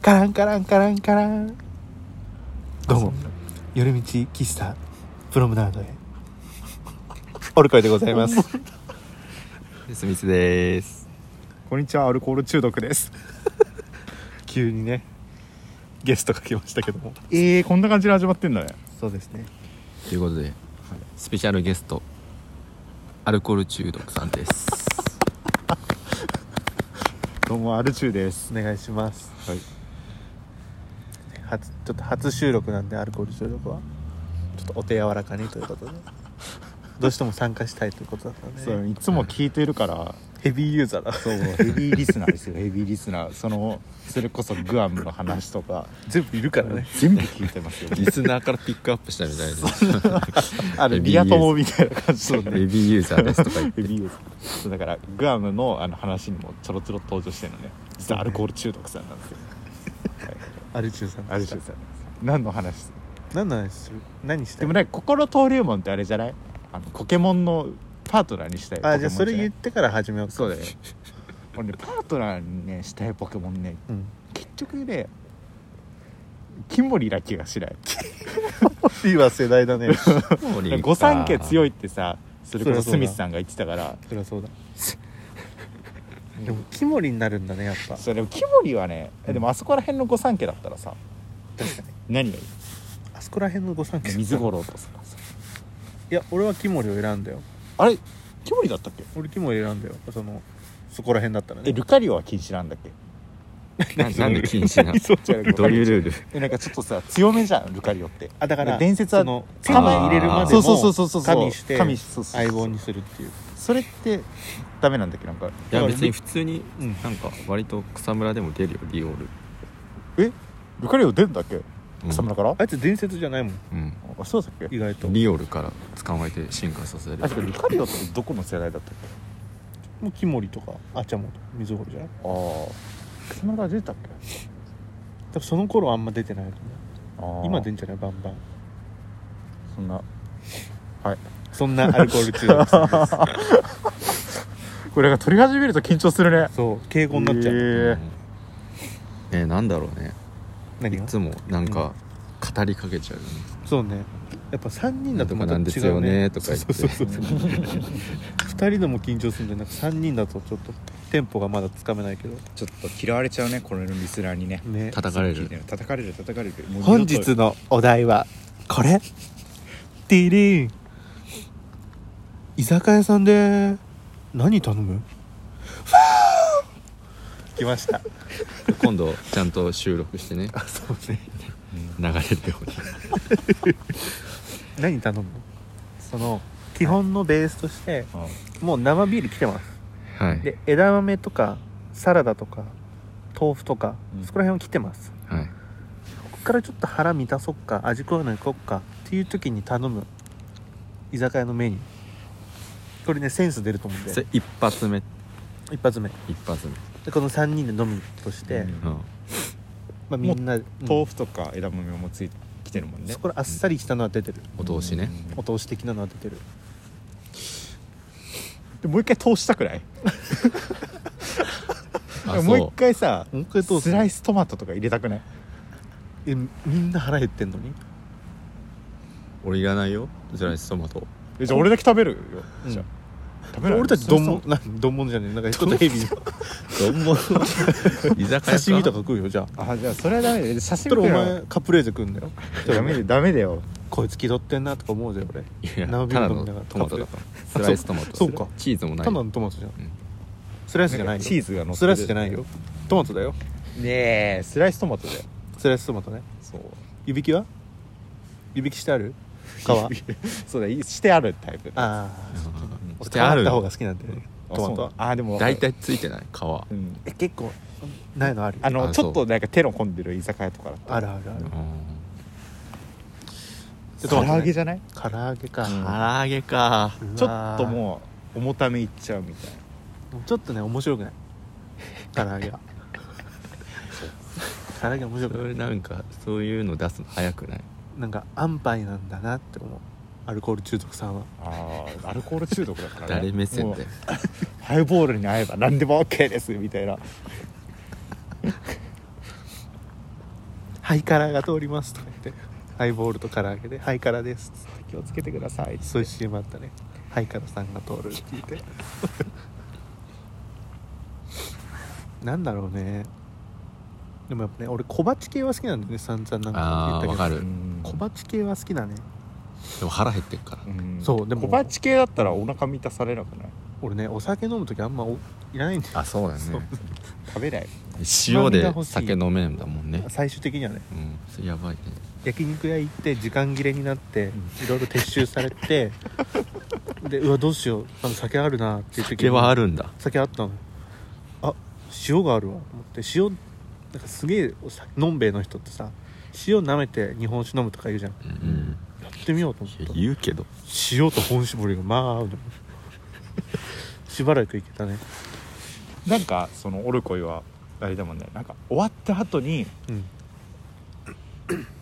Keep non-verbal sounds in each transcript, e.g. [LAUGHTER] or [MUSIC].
カランカランカランカランどうも夜道喫茶プロムナードへオルコイでございますスミスです [LAUGHS] こんにちはアルコール中毒です [LAUGHS] 急にねゲストが来ましたけどもえー、こんな感じで始まってんだねそうですねということで、スペシャルゲストアルコール中毒さんですどうもアルチューですお願いしますはい初ちょっと初収録なんでアルコール中毒はちょっとお手柔らかにという [LAUGHS] ことでどうしても参加したいということだったんでそういつも聞いてるからヘビーユーザーだそうヘビーリスナーです [LAUGHS] よヘビーリスナーそのそれこそグアムの話とか全部いるからね全部聞いてますよリスナーからピックアップしたみたいあれリア友みたいな感じなでベビーユーザーですとか言っヘてビーユーザーそうだからグアムのあの話にもちょろちょろ登場してるのね実はアルコール中毒さんなんですよアルチューさんアル中さんなんですよ何の話何の話する何したいでもね心登竜門ってあれじゃないあのポケモンのパートナーにしたいあじゃあそれ言っうてから始めようかそうだよ俺ねパートナーにねしたいポケモンねうん結局ねキモリな気がしないピーは世代だね御三家強いいってさそれこそスミスさんが言ってたからそりゃそうだでもキモリになるんだねやっぱそれでもキモリはねえでもあそこら辺の御三家だったら [LAUGHS] さ確かに何がいあそこら辺の御三家い水五郎とさいや俺はキモリを選んだよあれキモリだったっけ俺キモリ選んだよそのそこら辺だったらえねルカリオは禁止なんだっけななんで禁止なのそうじゃどういうルールえなんかちょっとさ強めじゃんルカリオってあだから伝説はその手神に入れるまでそもうそうそうそうそう加味して加味そうそうそ [LAUGHS] う相棒にするっていうそれってダメなんだっけなんかいや別に普通にうんなんか割と草むらでも出るよリオール、えルカリオ出るんだっけうん草むらからあいつ伝説じゃないもんうんあそうだっけ意外ともリオールから捕まえて進化させるあてかルカリオってどこの世代だったっけうキモリとかあちゃもと水堀じゃないああ草むらから出てたっけ多分その頃はあんま出てないとあ思う今出んじゃないバンバンそんなはいそんなアルコール中毒さんですこれが取り始めると緊張するねそう敬語になっちゃう、えーうんえなんだろうね何いがつもなんか語りかけちゃうよねそうねやっぱ3人だとまた違う、ね、なんとかなんですよねとか言ってそうそうそうそう2人でも緊張するんでなんか3人だとちょっとテンポがまだつかめないけどちょっと嫌われちゃうねこれのリスナーにねね叩かれ聞いるてる叩かれる叩かれるもう本二度日とのお題はこれティリン居酒屋さんで何頼む来ました今度ちゃんと収録してねそうね流れるように何頼むのその基本のベースとしてあもう生ビール来てますはいで枝豆とかサラダとか豆腐とか、うんそこら辺は来てますはいこっからちょっと腹満たそっか味濃いのに食おっかっていう時に頼む居酒屋のメニューこれねセンス出ると思うんそでれ一発目一発目一発目でこの3人で飲むとして、うんうんまあ、みんなで豆腐とか枝豆もついてきてるもんうんねそこらあっさりしたのは出てる、お通しねお通し的なのは出てるでもう一回通したくないあもう一そ回さもう一回通すスライストマトとか入れたくないえみんな腹減ってんのにう俺いらないよスライストマトえじゃあ俺だけ食べるよ、うんじゃあ食べない俺たちどんもそなどんもんじゃねえなんかちょっとヘビーどんも [LAUGHS] 居酒屋か [LAUGHS] 刺身とか食うよじゃあもそもあじゃあそれはダメだよ刺身それお食う前カプレーゼ食うんだよのダメだよダメだよこいつ気取ってんなとか思うぜ俺いや生たビール飲だみのながらトマトだからあスライストマトそうかチーズもなたいだのトマトじゃん、んスライスじゃないよチーズが乗ってるスライスじゃないよトマトだよねえスライストマトだよスライストマトねそう湯引きは湯引きしてある皮そうだいしてあるタイプああうんしてある皮った方が好きなんだよねあトマトはそうあでも大体ついてない皮うんえ結構ないのあるあのあちそうょっとなんか手の込んでる居酒屋とかだったあるあるあるちょっと唐揚げじゃゃない唐揚げか、唐揚げかうわーちょっともう重ためいっちゃうみたいなちょっとね面白くない唐揚げは唐揚げ面白そくなれいなんかそういうの出すの早くないなんか安牌なんだなって思うアルコール中毒さんはあーアルコール中毒だからね誰目線もうでハイボールに合えば何でも OK ですみたいなハイカラーが通ります」とか言って「ハイボールと唐揚げでハイカラーです」つって気をつけてくださいそういう CM あったねハイカラさんが通るって言って [LAUGHS] なんだろうねでもやっぱね俺小鉢系は好きなんだよね散々なんあかあ言ったけわかどる、小鉢系は好きだねでも腹減ってるからそうでも小鉢系だったらお腹満たされなくない俺ねお酒飲む時あんまおいらないんだよあそうだねそう食べない塩つまみがで欲しい酒飲めんだもんね最終的にはねうんそれやばいね焼肉屋行って時間切れになっていろいろ撤収され [LAUGHS] てでうわどうしようあの酒あるなっていう時に酒はあるんだ酒あったのあ塩があるわと思って塩なんかすげえお酒のんべえの人ってさ塩舐めて日本酒飲むとか言うじゃんうん、うん、やってみようと思っいやた言うけど塩と本搾りがまあ合うのしばらくいけたねなんかそのオルコイはあれだもんねなんか終わった後にうん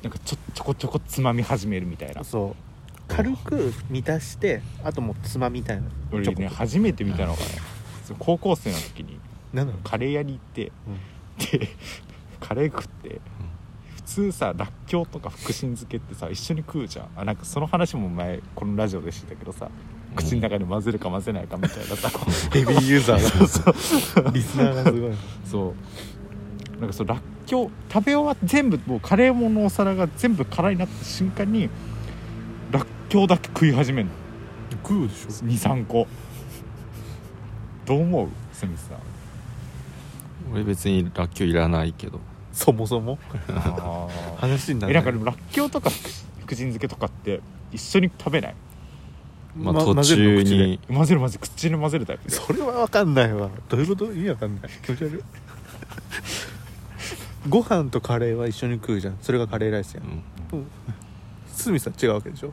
なんかちょちょこちょこつまみ始めるみたいなそう軽く満たしてあともうつまみみたいな俺ね初めて見たのがねそう高校生の時になのカレー屋に行ってうんで [LAUGHS] カレー食って普通さらっきょうとか福神漬けってさ一緒に食うじゃんあなんかその話も前このラジオでしてたけどさ口の中で混ぜるか混ぜないかみたいなさこうヘビーユーザーがそうリスナーがすごいそうなんかそうらっきょう食べ終わって全部もうカレーものお皿が全部空になった瞬間にらっきょうだけ食い始めるの食うでし23個どう思うスミスさん俺別にらっきょういらないけどそもそもあ [LAUGHS] ー話になえらなんかでもらっきょうとか福福神漬けとかって一緒に食べないまあ途中に混ぜる混ぜる口に混ぜるタイプでそれは分かんないわどういうこと意味分かんない気持ち悪いご飯とカレーは一緒に食うじゃんそれがカレーライスやうんん鷲見さん違うわけでしょ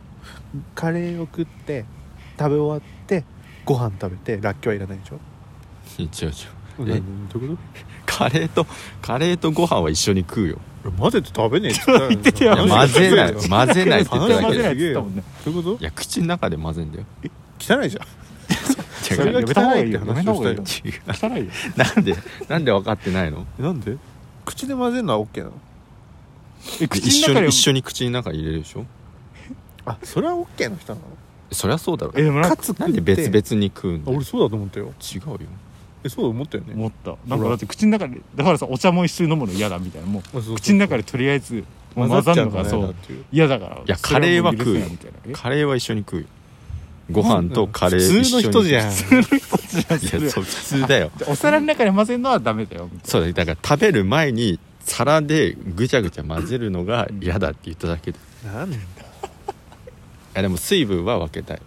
カレーを食って食べ終わってご飯食べてらっきょうはいらないでしょい [LAUGHS] や違う違うえ何どういうこカレーとカレーとご飯は一緒に食うよと混ぜて食べねえって言ったのに言ってたいよや [LAUGHS] いや混ぜないど混ぜないって言そったれだはけ混でぜいないって言ったもんねういうことや口の中で混ぜんだよ汚いじゃん違それうがやめた方汚がいいっていよ話をしたいやめた方がいよ違ういよ汚いよなんでなんで分かってないのえなんで口で混ぜるのは OK なのえ一口の緒中にで一緒に口の中入れるでしょあそれは OK の人なのそりゃそうだろえでもなんカかツ食ってなんで別々に食うんだあよ俺そうだと思ったよ違うよえそうだと思ったよね思ったなんかだって口の中でだからさお茶も一緒に飲むの嫌だみたいなもう口の中ででとりあえず混ざるのがそうていう嫌だからいやそれもうカレーは食うよ許せないみたいなえカレーは一緒に食うよご飯とカレー普一通の緒に人じゃんい普通の人やそう普通だよじゃあお皿の中で混ぜるのはダメだよみたいそうだよだから食べる前に皿でぐちゃぐちゃ混ぜるのが嫌だって言っただけでいなんだやでも水分は分けたい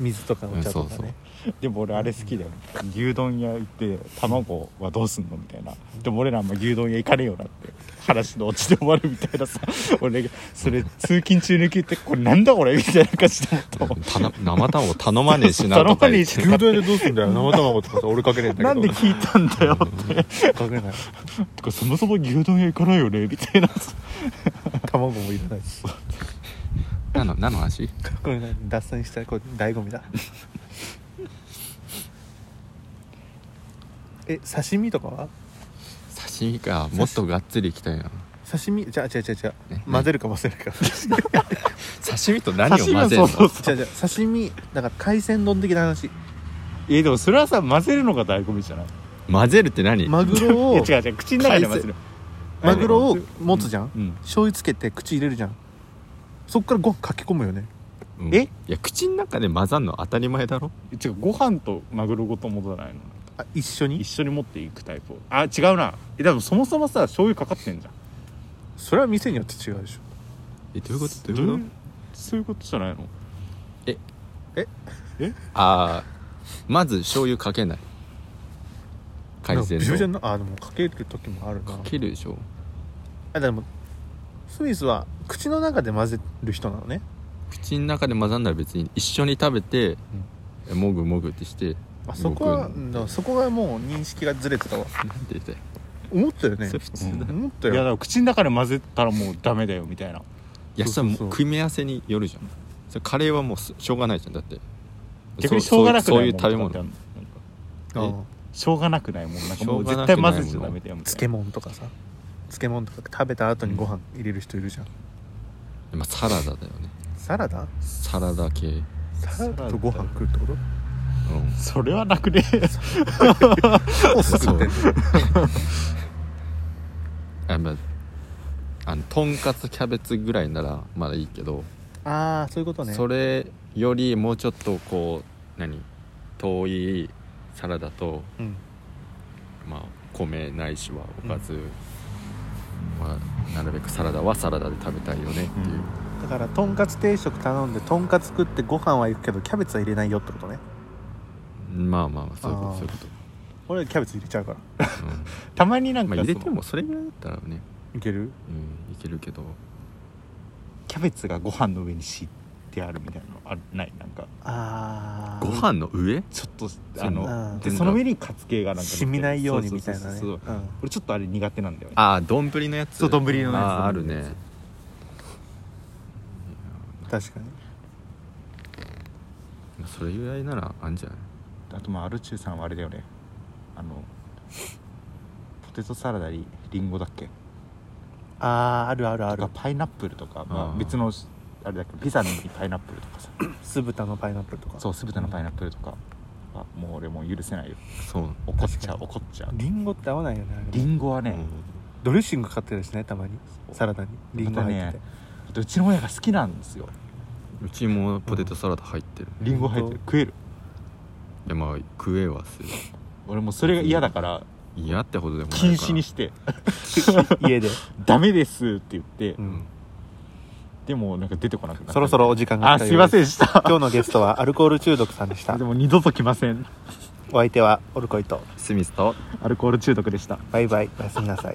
水とかお茶とかねなでも俺あれ好きだよ牛丼屋行って卵はどうすんのみたいなでも俺らあんま牛丼屋行かねえよなって話のオチで終わるみたい [LAUGHS] なさ俺それ通勤中に聞いてこれなんだこれみたいな感じで思ったたな生卵頼まねえしなとか言ってそう牛丼屋でどうすんだよ生卵とか [LAUGHS] さ俺かけねえんだなんけでど聞いたんだよかけないとかそもそも牛丼屋行かないよねみたい [LAUGHS] な [LAUGHS] 卵もいらないし何の何の話これね脱線したらこれ醍醐味だえ刺身とかは刺身かもっとがっつりいきたいな刺身じゃあ違う違う違うね混ぜるか混ぜないか刺身と何を混ぜる刺身はそうのそう違う違う刺身だから海鮮丼的な話えでもそれはさ混ぜるのが醍醐味じゃない混ぜるって何マグロいをや違う違う口の中で混ぜるマグロを持つじゃんうん醤油つけて口入れるじゃんそっからご飯かき込むよねうんえいや口の中で混ざんの当たり前だろ違うご飯とマグロごと戻らないのあ一緒に一緒に持っていくタイプをあ違うなえでもそもそもさ醤油かかってんじゃんそれは店によって違うでしょえどういうことどういうことそういうことじゃないのああまず醤油かけない海鮮なんかビショビショにのなあでもかける時もあるなかけるでしょあでもスミスは口の中で混ぜる人なのね口の中で混ざんなら別に一緒に食べて、もぐもぐってしてあそこは動くうんんだだからそこがもう認識がずれてたわなんて言ったよ思ったよねそれ普通だ、うん思ったいやだかよら口の中で混ぜたらもうダメだよみたいな野そ菜うそうそもう組み合わせによるじゃんそれカレーはもうすしょうがないじゃんだって逆にしょうがなくそうないいうもそんういう食とかべって物あんのなんかあえーしょうがなくないもんなんかもうしょう絶がな対くないもの混ぜちゃダメだよみたい漬な物とかさ漬物とか食べた後にご飯入れる人いるじゃん、まあサラダだよねサラダサラダ系サラダとご飯食うってことうんそれは楽でソース食ってんのあまああのとんかつキャベツぐらいならまだいいけどああそういうことねそれよりもうちょっとこう何遠いサラダと、うんまあ、米ないしはおかず、まあ、なるべくサラダはサラダで食べたいよねっていう、うんだからとんかつ定食頼んでとんかつ食ってご飯は行くけどキャベツは入れないよってことねまあまあまあそういうことあーそういうこと、俺キャベツ入れちゃうからうたまになんんかまあ、 [LAUGHS] その入れてもそれぐらいだったらね、いけるうん、いけるけどキャベツがご飯の上に敷いてあるみたいなのあるないなんかああご飯の上ちょっとそうああのーでその上にカツ系がなんか乗って染みないようにみたいなねそうそうそうそう俺ちょっとあれ苦手なんだよねああ丼のやつそう丼のやつあーあるねうん確かにまあそれぐらいならあんじゃないあとまあアルチューさんはあれだよねあのポテトサラダにリンゴだっけあああるあるあとるかパイナップルとか、まああ、ー別のあれだけどピザの上にパイナップルとかさ酢豚のパイナップルとかそう酢豚のパイナップルとかあもう俺もう許せないよそう怒っちゃう怒っちゃうリンゴって合わないよねあれリンゴはね、うドレッシングかかってるしねたまにサラダにリンゴ入ってて、まあとうちの親が好きなんですよんうちもポテトサラダ入ってる、リンゴ入ってる食えるいやまあ食えはする俺もうそれが嫌だから嫌ってほどでもないから禁止にして家 [LAUGHS] で、 「ダメです」って言って、うん、でもなんか出てこなくなったそろそろお時間があすいませんんでした今日のゲストはアルコール中毒さんでしたでも二度と来ませんお相手はオルコイとスミスとアルコール中毒でしたバイバイおやすみなさい